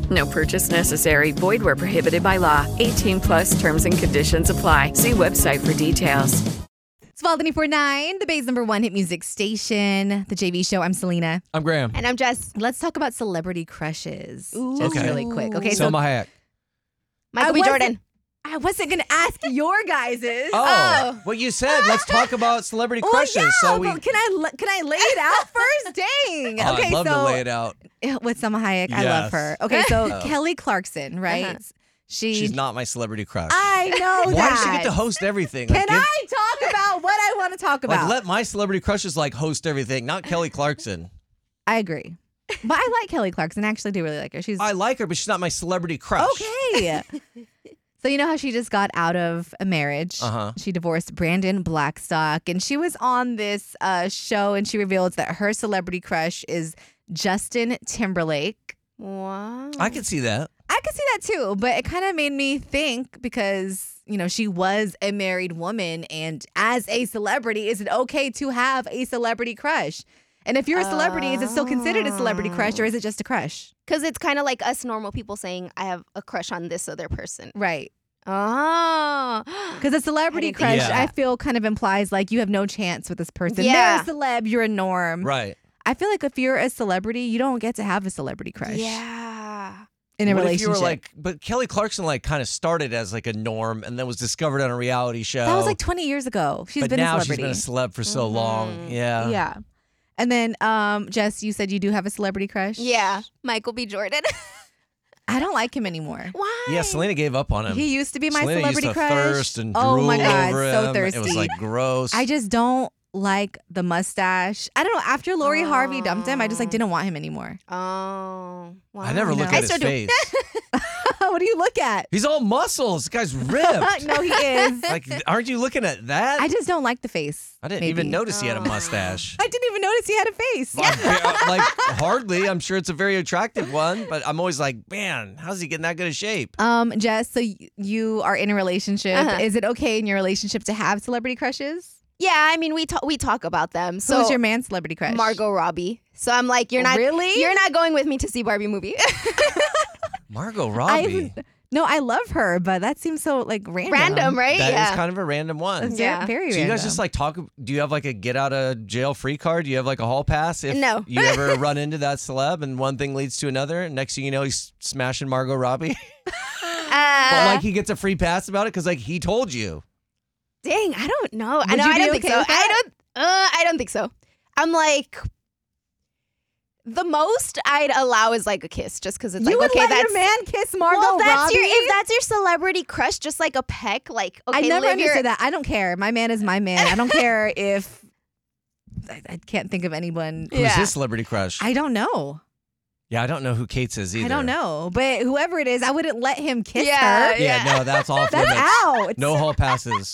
No purchase necessary. Void where prohibited by law. 18 plus terms and conditions apply. See website for details.
It's Fall 949, the Bay's number one hit music station, the JV show. I'm Selena.
I'm Graham.
And I'm just
Let's talk about celebrity crushes. Just
Okay.
really quick. Okay, so
Selma Hayek.
Michael B.
wasn't-
Jordan.
I wasn't gonna ask your guys's.
Oh, what you said. Let's talk about celebrity
Well,
crushes.
yeah,
so we.
but can I la- can I lay it out first? Dang.
Oh,
okay,
I'd love
so
to lay it out.
with Selma Hayek, I
Yes.
love her. Okay, so
Oh.
Kelly Clarkson, right?
Uh-huh.
She.
She's not my celebrity crush.
I know
Why
that.
does she get to host everything?
Can
Like, give-
I talk about what I want to talk about?
Like, let my celebrity crushes like host everything, not Kelly Clarkson.
I agree, but I like Kelly Clarkson. I actually do really like her. She's
I like her, but she's not my celebrity crush.
okay. so you know how she just got out of a marriage.
Uh-huh.
She divorced Brandon Blackstock, and she was on this uh, show, and she revealed that her celebrity crush is Justin Timberlake.
Wow.
I can see that.
I could see that too, but it kind of made me think because, you know, she was a married woman and as a celebrity, is it okay to have a celebrity crush? And if you're a celebrity, is it still considered a celebrity crush or is it just a crush?
Because it's kind of like us normal people saying, I have a crush on this other person.
Right.
Oh.
Because a celebrity
didn't think
crush,
of
I
that.
feel, kind of implies like you have no chance with this person.
Yeah.
They're a celeb, you're a norm.
Right.
I feel like if you're a celebrity, you don't get to have a celebrity crush
Yeah.
in a
what
relationship.
If you were like, but Kelly Clarkson like kind of started as like a norm and then was discovered on a reality show.
that was like 20 years ago. She's
oh, but
been
now
a celebrity.
she's been a uh, celeb for so long.
Mhm.
Yeah.
Yeah. And then, um, Jess, you said you do have a celebrity crush.
Yeah. Michael B. Jordan.
I don't like him anymore.
Why?
Yeah, Selena gave up on him.
He used to be my
Selena
celebrity
used to
crush.
thirst and drool
oh my god,
over him.
so
It
thirsty.
was like gross.
I just don't like the mustache. I don't know. After Lori Harvey dumped him, I just like didn't want him anymore.
Oh. Wow.
I never
I
look
know.
at
I
his
still do.
face.
what do you look at?
He's all muscles. This guy's ripped.
no, he is.
Like, aren't you looking at that?
I just don't like the face.
I didn't
maybe.
even notice he had a
Oh.
mustache.
I didn't even notice he had a face.
Like, uh, like hardly. I'm sure it's a very attractive one, but I'm always like, man, how's he getting that good of shape?
Um, Jess, so y- you are in a relationship.
Uh-huh.
Is it okay in your relationship to have celebrity crushes?
Yeah. I mean, we, talk we talk about them. So
Who's your man celebrity crush?
Margot Robbie. So I'm like, you're not
Oh, Really?
You're not going with me to see Barbie movie.
Margot
I
Robbie.
haven't- no, I love her, but that seems so like random.
Random, right?
That is
yeah.
kind of a random one.
Very,
Yeah.
very
So you
random.
guys just like talk? Do you have like a get out of jail free card? Do you have like a hall pass? If
No.
you ever run into that celeb and one thing leads to another, and next thing you know, he's smashing Margot Robbie.
uh,
but like he gets a free pass about it because like he told you.
Dang, I don't know. I
Would
know
you
I
be
don't think
okay
so.
with
I
that?
don't uh, I don't think so. I'm like the most I'd allow is like a kiss just cuz it's
you
like
would
okay
let
that's
your man kiss Margot
well, that's
Robbie.
your if that's your celebrity crush just like a peck like okay
I never
live your-
understood that. I don't care. My man is my man. I don't care if I, I can't think of anyone.
Who's
Yeah.
his celebrity crush?
I don't know.
Yeah, I don't know who Kate's is either.
I don't know, but whoever it is, I wouldn't let him kiss
Yeah,
her.
Yeah, no, that's all
That's
limits.
out.
No hall passes.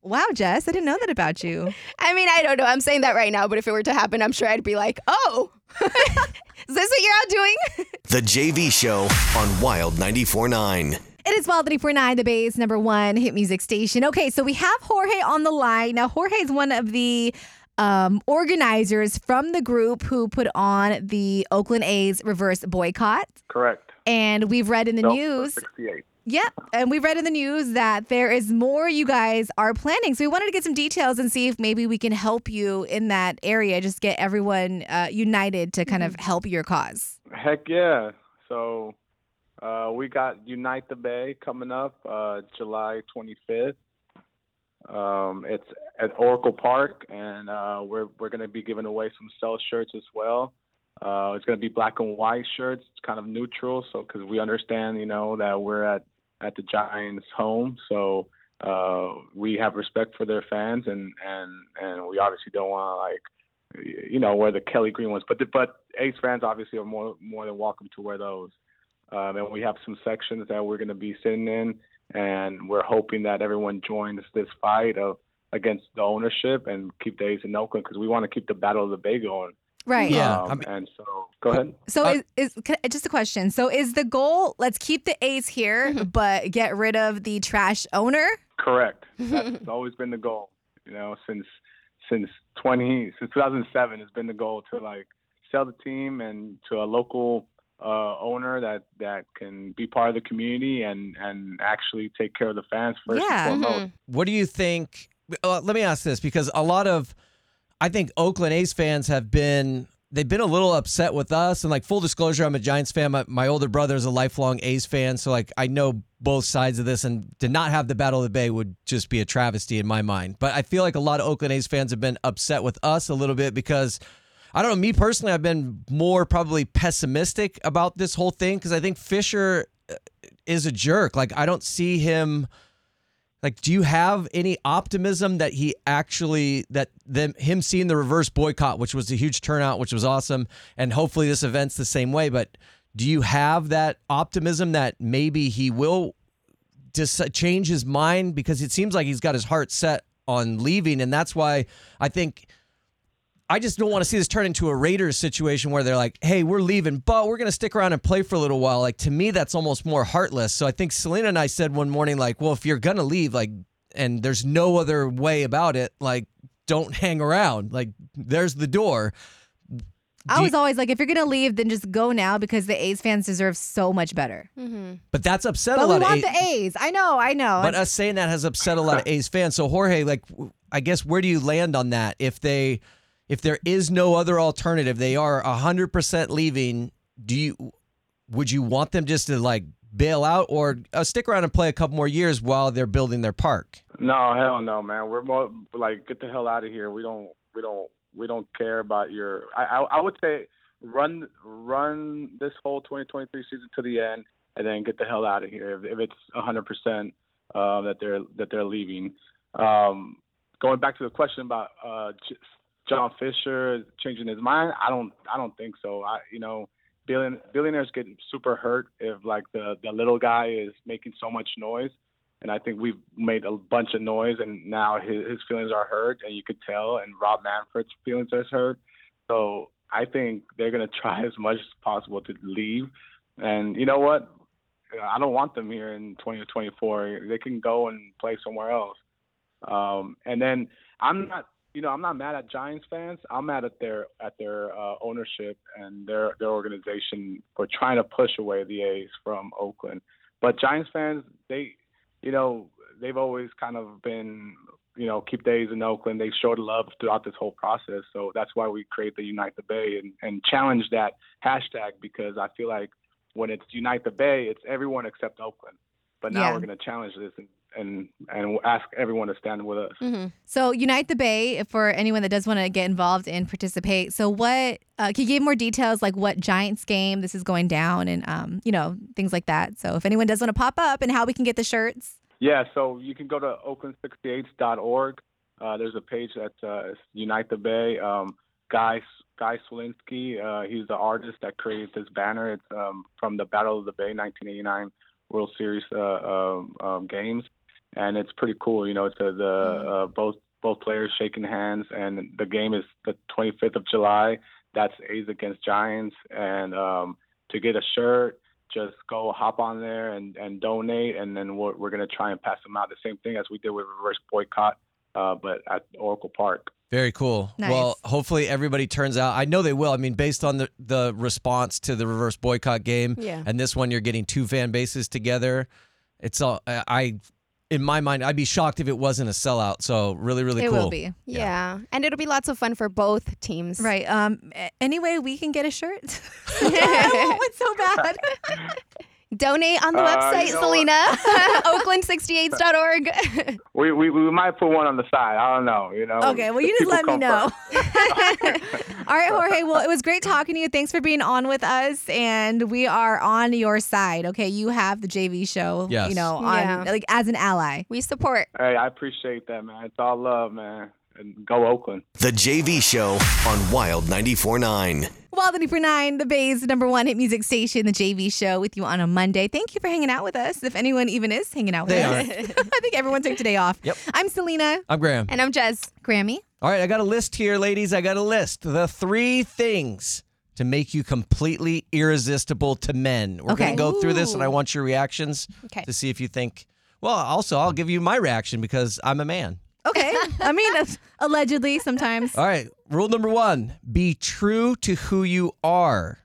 Wow, Jess, I didn't know that about you.
I mean, I don't know. I'm saying that right now, but if it were to happen, I'm sure I'd be like, oh, is this what you're out doing?
The JV Show on Wild 94.9.
It is Wild 349, the Bay's number one hit music station. Okay, so we have Jorge on the line. Now, Jorge is one of the um, organizers from the group who put on the Oakland A's reverse boycott.
Correct.
And we've read in the
No,
news.
68.
Yep. And we've read in the news that there is more you guys are planning. So we wanted to get some details and see if maybe we can help you in that area, just get everyone uh, united to kind of help your cause.
Heck yeah. So uh, we got Unite the Bay coming up uh, July 25th. Um, it's at Oracle Park, and uh, we're we're going to be giving away some cell shirts as well. Uh, it's going to be black and white shirts. It's kind of neutral, so because we understand, you know, that we're at at the Giants' home, so uh, we have respect for their fans, and and and we obviously don't want to like you know, wear the Kelly green ones. But the, but Ace fans obviously are more more than welcome to wear those. Um, and we have some sections that we're going to be sitting in, and we're hoping that everyone joins this fight of against the ownership and keep the A's in Oakland because we want to keep the battle of the Bay going.
Right.
Yeah. I
Um,
mean-
and so go ahead.
So
Uh,
is, is can- just a question. So is the goal let's keep the A's here,
Mm-hmm.
but get rid of the trash owner?
Correct. That's always been the goal. You know, since since twenty since two thousand seven, it's been the goal to like sell the team and to a local uh, owner that that can be part of the community and and actually take care of the fans first
Yeah.
and foremost.
What do you think? Uh, let me ask this because a lot of, I think Oakland A's fans have been they've been a little upset with us. And like full disclosure, I'm a Giants fan. My, my older brother is a lifelong A's fan, so like I know both sides of this. And to not have the Battle of the Bay would just be a travesty in my mind. But I feel like a lot of Oakland A's fans have been upset with us a little bit because. I don't know. Me personally, I've been more probably pessimistic about this whole thing because I think Fisher uh, is a jerk. Like, I don't see him like do you have any optimism that he actually that them him seeing the reverse boycott which was a huge turnout which was awesome and hopefully this event's the same way but do you have that optimism that maybe he will just change his mind because it seems like he's got his heart set on leaving and that's why i think I just don't want to see this turn into a Raiders situation where they're like, hey, we're leaving, but we're going to stick around and play for a little while. Like, to me, that's almost more heartless. So I think Selena and I said one morning, like, well, if you're going to leave, like, and there's no other way about it, like, don't hang around. Like, there's the door.
I
Do
was
you-
always like, if you're gonna leave, then just go now because the A's fans deserve so much better.
But that's upset a
But we
lot of
want
A-
the A's. I know, I know.
But uh us saying that has upset a lot of A's fans. So Jorge, like, w- I guess where do you land on that? If they, if there is no other alternative, they are hundred percent leaving. Do you, would you want them just to like bail out or uh, stick around and play a couple more years while they're building their park?
No, hell no, man. We're more like get the hell out of here. We don't, we don't, we don't care about your. I, I, I would say run, run this whole 2023 season to the end, and then get the hell out of here. If, if it's 100 percent uh, that they're that they're leaving. Um, going back to the question about uh, J- John Fisher changing his mind, I don't, I don't think so. I, you know, billion, billionaires get super hurt if like the the little guy is making so much noise and I think we've made a bunch of noise, and now his, his feelings are hurt, and you could tell. And Rob Manfred's feelings are hurt, so I think they're gonna try as much as possible to leave. And you know what? I don't want them here in 2024. They can go and play somewhere else. Um, and then I'm not, you know, I'm not mad at Giants fans. I'm mad at their at their uh, ownership and their their organization for trying to push away the A's from Oakland. But Giants fans, they you know, they've always kind of been, you know, keep days in Oakland. They showed love throughout this whole process. So that's why we create the Unite the Bay and, and challenge that hashtag because I feel like when it's Unite the Bay, it's everyone except Oakland. But now
Yeah.
we're going to challenge this and, and, and we'll ask everyone to stand with us.
So Unite the Bay for anyone that does want to get involved and participate. So what uh, can you give more details like what Giants game this is going down and um, you know things like that. So if anyone does want to pop up and how we can get the shirts.
Yeah, so you can go to oakland68.org. Uh, there's a page that's uh, Unite the Bay. Um, guys, Guy Swalinski. Uh, he's the artist that created this banner. It's um, from the Battle of the Bay 1989 World Series uh, um, um, games, and it's pretty cool. You know, it's uh, the uh, both both players shaking hands, and the game is the 25th of July. That's A's against Giants, and um, to get a shirt, just go hop on there and, and donate, and then we're, we're gonna try and pass them out. The same thing as we did with reverse boycott, uh, but at Oracle Park.
Very cool.
Nice.
Well, hopefully everybody turns out. I know they will. I mean, based on the, the response to the reverse boycott game
Yeah.
and this one, you're getting two fan bases together. It's all I- I, in my mind, I'd be shocked if it wasn't a sellout. So really, really
it
cool.
will be.
Yeah. And it'll be lots of fun for both teams.
Right. Um. a- Any way we can get a shirt? I want one so bad.
Donate on the
Uh,
website,
you know
Selena. Oakland68.org.
We, we we might put one on the side. I don't know. You know.
Okay. Well, you just
People
let me
come
know.
first.
All right, Jorge. Well, it was great talking to you. Thanks for being on with us, and we are on your side. Okay, you have the JV show.
Yes.
You know, on
Yeah.
like as an ally.
we support.
Hey, I appreciate that, man. It's all love, man. And go Oakland.
The JV Show on Wild 94.9.
Wild for Nine, the Bay's number one hit music station, the JV show, with you on a Monday. Thank you for hanging out with us. If anyone even is hanging out with
They
us, I think everyone took today off.
Yep.
I'm Selena
I'm Graham.
And I'm Jez.
Grammy.
All right, I got a list here, ladies. I got a list. The three things to make you completely irresistible to men. We're
Okay.
going to go through this and I want your reactions
Okay.
to see if you think. Well, also, I'll give you my reaction because I'm a man.
Okay. I mean, allegedly sometimes.
All right, rule number one be true to who you are.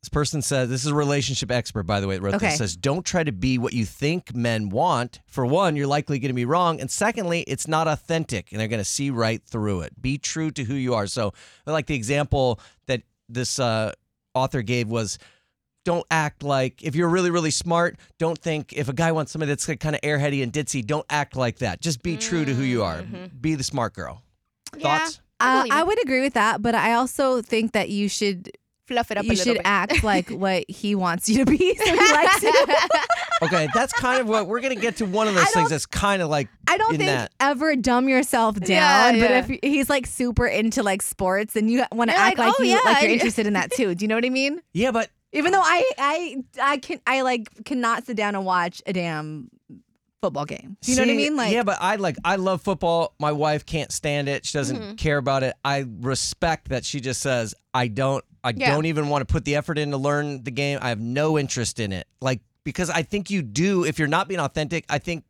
This person says, this is a relationship expert, by the way, that wrote
Okay.
this. Says, don't try to be what you think men want. For one, you're likely going to be wrong. And secondly, it's not authentic and they're going to see right through it. Be true to who you are. So, like the example that this uh, author gave was, don't act like if you're really, really smart, don't think if a guy wants somebody that's kind of airheady and ditzy, don't act like that. Just be true to who you are.
Mm-hmm.
Be the smart girl. Thoughts?
Uh,
I believe
I
it.
would agree with that, but I also think that you should
Fluff it up a
you
little
should
bit.
act like what he wants you to be. So he likes you.
Okay, that's kind of what we're gonna get to one of
I
those
don't-
things that's kind of like
I don't
in
think
that.
ever dumb yourself down.
Yeah, yeah.
But if he's like super into like sports, and you want to
You're
act
like,
like,
"Oh,
you
yeah,
like you're
I-
interested in that too. Do you know what I mean?
Yeah, but
Even though I I I can I like cannot sit down and watch a damn football game. Do you know what I
see,
mean? Like
yeah, but I like I love football. My wife can't stand it. She doesn't
Mm-hmm.
care about it. I respect that she just says I don't. I
Yeah.
don't even want to put the effort in to learn the game. I have no interest in it. Like because I think you do. If you're not being authentic, I think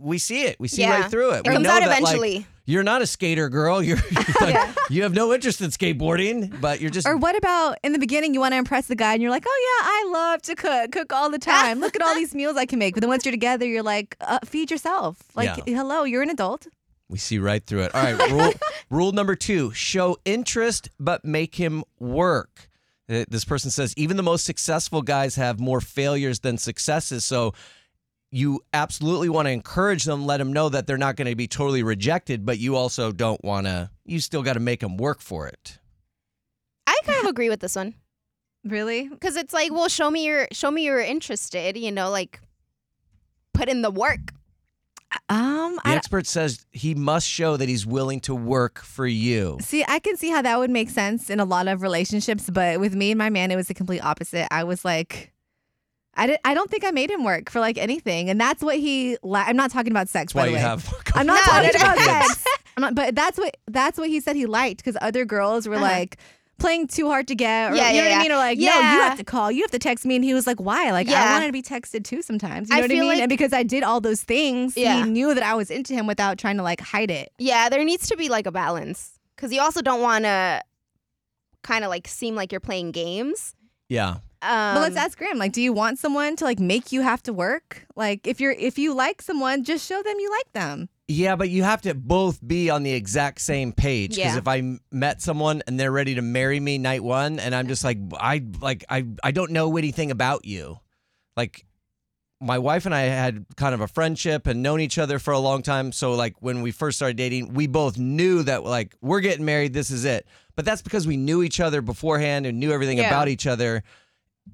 we see it. We see
Yeah.
right through it.
It
we
comes
know
out
that, like,
eventually.
you're not a skater girl. You're like, you have no interest in skateboarding, but you're just
or what about in the beginning you want to impress the guy and you're like, oh yeah, I love to cook, cook all the time. Look at all these meals I can make. But then once you're together, you're like, uh, feed yourself. Like,
Yeah.
hello, you're an adult.
We see right through it. All right, rule rule number two: show interest, but make him work. Uh, This person says even the most successful guys have more failures than successes. So you absolutely want to encourage them, let them know that they're not going to be totally rejected, but you also don't want to. You still got to make them work for it.
I kind of agree with this one.
Really?
because it's like well show me your show me you're interested you know like put in the work
Um,
The
I,
expert says he must show that he's willing to work for you.
See, I can see how that would make sense in a lot of relationships, but with me and my man, it was the complete opposite. I was like, I, did, I don't think I made him work for like anything, and that's what he. Li- I'm not talking about sex.
That's why
by the
you
way.
have.
I'm not
No,
talking
no, no.
about sex. I'm not, but that's what that's what he said he liked because other girls were
Uh-huh.
like playing too hard to get. Or,
Yeah,
you know
yeah,
what I
yeah.
mean? Or like, no, you
Yeah.
have to call, you have to text me, and he was like, why? Like, I
Yeah.
wanted to be texted too sometimes. You know
I
what I
feel
mean?
like-
and because I did all those things,
Yeah.
he knew that I was into him without trying to like hide it.
yeah there needs to be like a balance because you also don't want to kind of like seem like you're playing games
Yeah.
um,
Well, let's ask Graham. Like, do you want someone to like make you have to work? Like, if you're if you like someone, just show them you like them.
Yeah, but you have to both be on the exact same page. Because
Yeah.
if I m- met someone and they're ready to marry me night one, and I'm just like, I like, I, I don't know anything about you. Like, my wife and I had kind of a friendship and known each other for a long time. So like, when we first started dating, we both knew that like we're getting married. This is it. But that's because we knew each other beforehand and knew everything
Yeah.
about each other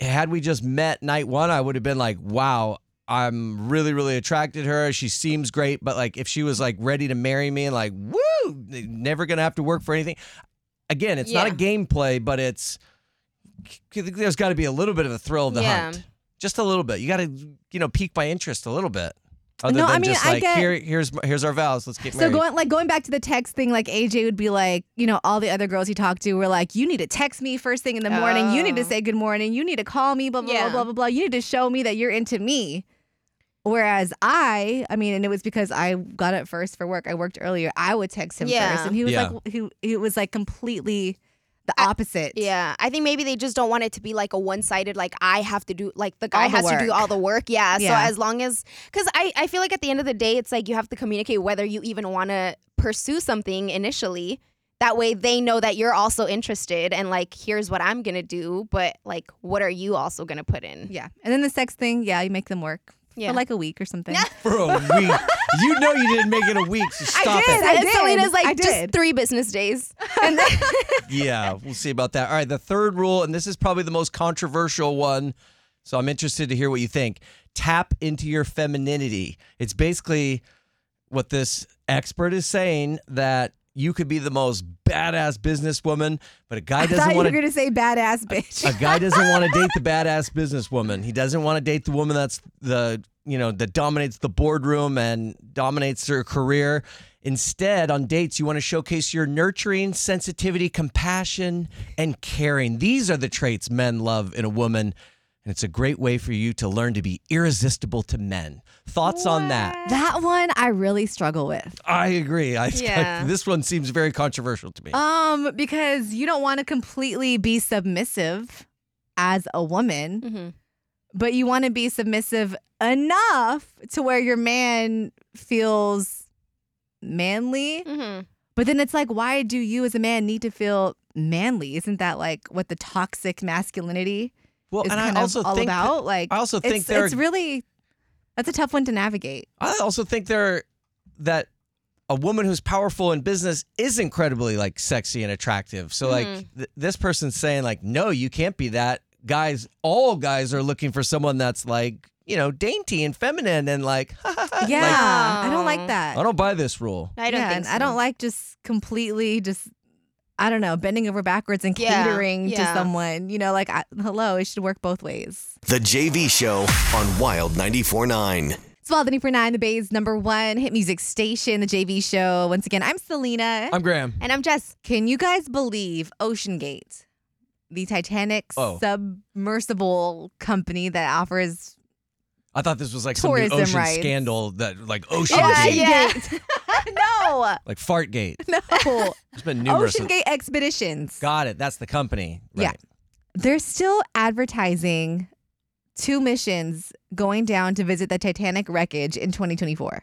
had we just met night one, I would have been like, wow, I'm really, really attracted to her. She seems great. But like, if she was like ready to marry me and like, woo, never gonna have to work for anything, again, it's not a gameplay, but it's there's got to be a little bit of a thrill of the
Yeah.
hunt, just a little bit. You got to you know pique my interest a little bit. Other
No,
than
I mean,
just
I
like
get-
here, here's here's our vows. Let's get
So
married.
going like going back to the text thing, like AJ would be like, you know, all the other girls he talked to were like, you need to text me first thing in the morning. You need to
Oh.
say good morning. You need to call me. Blah blah blah
Yeah.
blah blah blah. You need to show me that you're into me. Whereas I, I mean, and it was because I got it first for work. I worked earlier. I would text him
Yeah.
first, and he was
Yeah.
like, he it was like completely the
I-
opposite.
Yeah, I think maybe they just don't want it to be like a one-sided. Like I have to do, like the guy
All the
has to do
work.
all the work. Yeah.
Yeah.
So as long as, because I I feel like at the end of the day, it's like you have to communicate whether you even want to pursue something initially. That way they know that you're also interested and like here's what I'm gonna do, but like what are you also gonna put in?
yeah. And then the sex thing, yeah, you make them work
Yeah.
for like a week or something.
for a week. you know you didn't make it a week, so stop
did.
it.
I
And Selena's like
I
just
did.
three business days, and then
Yeah, we'll see about that. All right, the third rule, and this is probably the most controversial one, so I'm interested to hear what you think. Tap into your femininity. It's basically what this expert is saying that you could be the most badass businesswoman, but a guy
I
doesn't
thought
want
you were
to.
gonna say badass bitch.
A guy doesn't want to date the badass businesswoman. He doesn't want to date the woman that's the you know that dominates the boardroom and dominates her career. Instead, on dates, you want to showcase your nurturing, sensitivity, compassion, and caring. These are the traits men love in a woman. And it's a great way for you to learn to be irresistible to men. Thoughts on that?
that one I really struggle with.
I agree. I,
Yeah.
this one seems very controversial to me.
Um, because you don't want to completely be submissive as a woman,
Mm-hmm,
but you want to be submissive enough to where your man feels manly.
mm-hmm.
But then it's like, why do you as a man need to feel manly? Isn't that like what the toxic masculinity
well,
is
and
kind
I also
of all
think
about? like,
I also think
it's,
there
it's
are-
really that's a tough one to navigate.
I also think there that a woman who's powerful in business is incredibly like sexy and attractive. So like
Mm-hmm.
th- this person's saying like no, you can't be that. Guys, all guys are looking for someone that's like, you know, dainty and feminine and Uh, like
Yeah, I don't like that.
I don't buy this rule.
Oh. I don't
yeah,
think
and
so.
I don't like just completely just I don't know bending over backwards and
Yeah,
catering
yeah.
to someone. You know, like I, hello, it should work both ways.
The JV Show on Wild 94.9.
It's Wild for Nine, the Bay's number one hit music station, the JV show. Once again, I'm Selena.
I'm Graham.
And I'm just
Can you guys believe Ocean Gate, the Titanic
Oh.
submersible company that offers
I thought this was like some new
Tourism
ocean
rights.
scandal that like ocean
Yeah,
gate,
yeah.
no,
like fartgate. gate.
no,
There's been numerous.
Ocean Gate Expeditions.
Got it. That's the company.
Yeah.
Right.
they're still advertising two missions going down to visit the Titanic wreckage in 2024.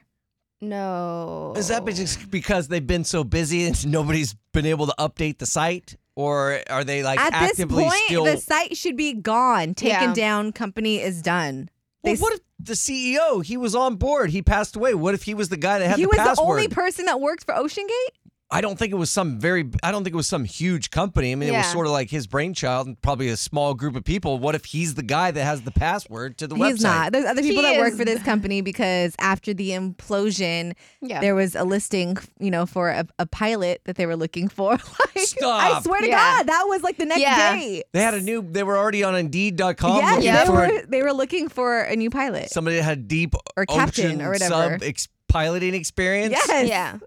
no.
Is that be- just because they've been so busy and nobody's been able to update the site, or are they like
At this
actively
point,
still?
the site should be gone, taken
Yeah.
down. Company is done.
well,
s-
what if the CEO? He was on board. He passed away. What if he was the guy that had
he
the
was
password?
the only person that worked for Ocean Gate.
I don't think it was some very. I don't think it was some huge company. I mean, it was
Yeah.
sort of like his brainchild and probably a small group of people. What if he's the guy that has the password to the website?
He's not. There's other people
He
that work
is
for this company because after the implosion,
Yeah.
there was a listing, you know, for a, a pilot that they were looking for. Like, I
Stop.
swear to
Yeah.
God, that was like the next
Yeah.
day.
They had a new. They were already on Indeed.com
yeah,
looking
they
for
were they were looking for a new pilot.
somebody that had deep
Or captain
ocean
or whatever.
sub ex- piloting experience.
yes.
Yeah.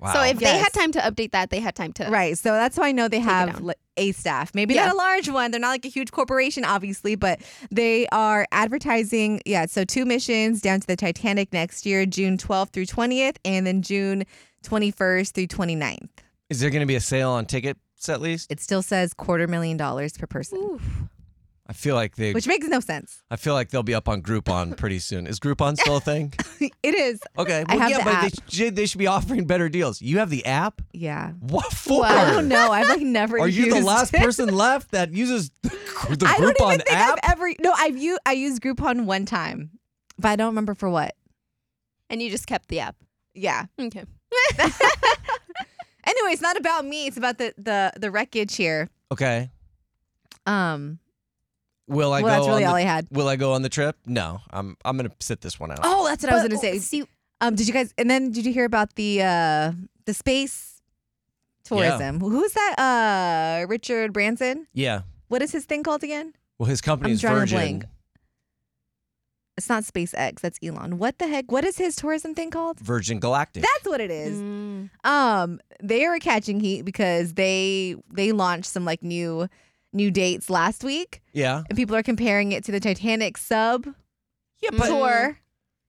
Wow.
So if they
Yes.
had time to update that, they had time to.
Right. So that's why I know they have
down.
like, a staff. Maybe
Yeah.
not a large one. They're not like a huge corporation, obviously, but they are advertising. Yeah. So two missions down to the Titanic next year, June 12th through 20th, and then June 21st through 29th.
Is there going to be a sale on tickets at least?
It still says quarter million dollars per person,
I feel like they.
which makes no sense.
I feel like they'll be up on Groupon pretty soon. Is Groupon still a thing?
It is.
Okay.
I
Well,
have
yeah,
the
but
app.
They, should, they should be offering better deals. You have the app.
Yeah.
What for?
I don't know. I've like never.
Are you the
used
last
it.
person left that uses the
I don't even
Groupon
think
app?
I've ever. No, I've u- I used Groupon one time, but I don't remember for what.
And you just kept the app.
Yeah.
Okay.
Anyway, it's not about me. It's about the the the wreckage here.
okay.
Um.
Will I
well,
go?
that's really
on
all
the,
I had.
Will I go on the trip? No. I'm. I'm gonna sit this one out.
Oh, that's what I was gonna say.
See,
Um. Did you guys? And then did you hear about the uh the space tourism. Who's that? Uh, Richard Branson.
Yeah.
What is his thing called again?
Well, his company
I'm
is
drawing a
Virgin.
blank. It's not SpaceX. That's Elon. What the heck? What is his tourism thing called?
Virgin Galactic.
That's what it is.
Mm.
Um, they are catching heat because they they launched some like new new dates last week,
yeah.
and people are comparing it to the Titanic sub
Yeah, Mm.
but-
tour.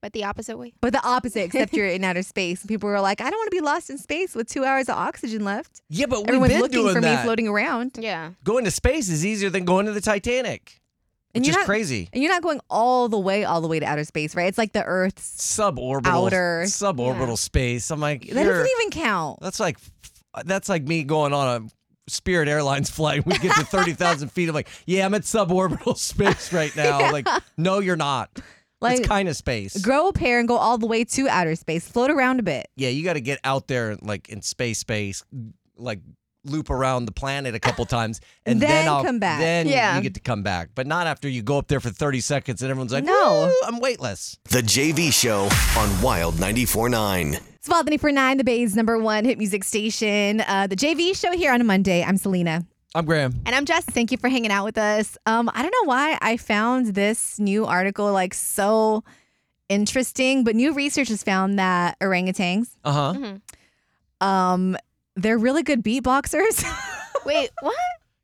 But the opposite way.
But the opposite, except you're in outer space. People were like, I don't want to be lost in space with two hours of oxygen left.
yeah, but we've
Everyone's
been
looking
doing
for
that.
me floating around.
Yeah.
Going to space is easier than going to the Titanic,
And
which
you're
is
not-
crazy.
And you're not going all the way, all the way to outer space, right? It's like the Earth's.
Suborbital,
Outer-
suborbital
yeah.
space. I'm like,
That
you're-
doesn't even count.
That's like that's like me going on a Spirit Airlines flight. We get to thirty thousand feet. I'm like, yeah, I'm at suborbital space right now. Like, no, you're not.
Like,
it's kind of space.
grow a pair and go all the way to outer space. Float around a bit.
yeah, you got to get out there, like in space, space, like loop around the planet a couple times, and then,
Then
I'll,
come back.
Then
Yeah.
you get to come back, but not after you go up there for thirty seconds and everyone's like,
No.
"Woo, I'm weightless.
The JV Show on Wild 94.9.
It's Valvany for Nine, the Bay's number one hit music station. Uh, the JV show here on a Monday. I'm Selena.
I'm Graham.
And I'm Jess. Thank you for hanging out with us. Um, I don't know why I found this new article like so interesting, but new research has found that orangutans,
Uh huh.
um, they're really good beatboxers.
Wait, what?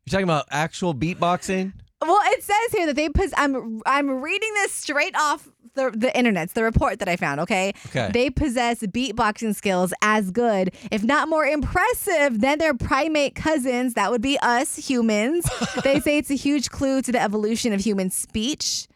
You're talking about actual beatboxing.
well, it says here that they pos- I'm I'm reading this straight off the the internet's the report that I found. Okay,
Okay.
they possess beatboxing skills as good, if not more impressive, than their primate cousins. That would be us humans. they say it's a huge clue to the evolution of human speech.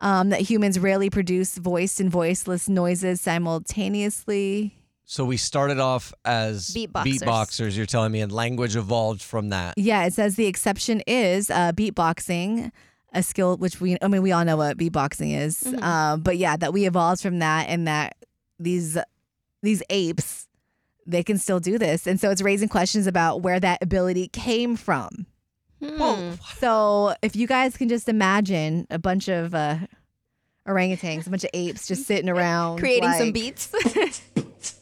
Um, that humans rarely produce voiced and voiceless noises simultaneously.
So we started off as
Beatboxers.
beatboxers, you're telling me, and language evolved from that.
Yeah, it says the exception is uh, beatboxing, a skill which we, I mean, we all know what beatboxing is.
Mm-hmm.
Uh, but yeah, that we evolved from that, and that these these apes they can still do this, and so it's raising questions about where that ability came from.
Hmm.
Oh.
So if you guys can just imagine a bunch of uh, orangutans, a bunch of apes just sitting around
Creating some
like-
beats.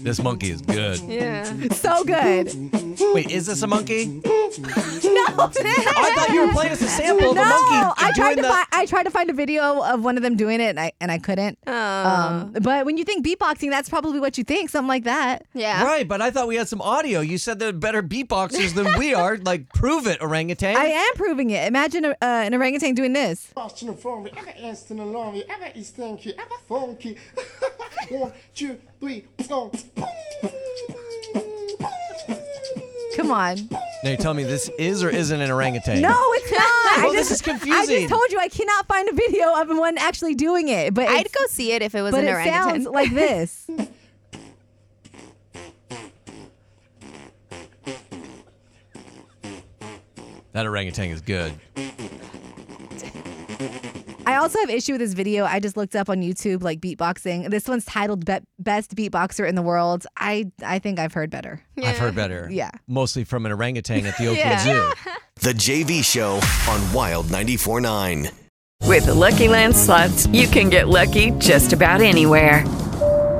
This monkey is good.
yeah.
so good.
Wait, is this a monkey?
no,
I thought you were playing us a sample of a
no,
monkey.
I tried
doing
to
the-
find I tried to find a video of one of them doing it and I and I couldn't.
Oh.
Um, but when you think beatboxing, that's probably what you think, something like that.
Yeah.
Right, but I thought we had some audio. You said they're better beatboxers than we are. Like, prove it, orangutan.
I am proving it. Imagine a, uh, an orangutan doing this.
Austin and Florida, ever Austin and Laurie, ever East Yankee, ever Funky. One, two, three, boom, boom,
Come on.
Now you tell me this is or isn't an orangutan.
No, it's not. I
Well, this is
I
confusing.
just told you I cannot find a video of one actually doing it. But
I'd
it's-
go see it if it was
but
an
it
orangutan.
sounds like this.
That orangutan is good.
I also have issue with this video. I just looked up on YouTube like beatboxing. This one's titled Be- "Best Beatboxer in the World." I I think I've heard better.
I've heard better.
Yeah.
Mostly from an orangutan at the Oakland Zoo.
The JV Show on Wild 94.9.
With the Lucky Land slots, you can get lucky just about anywhere.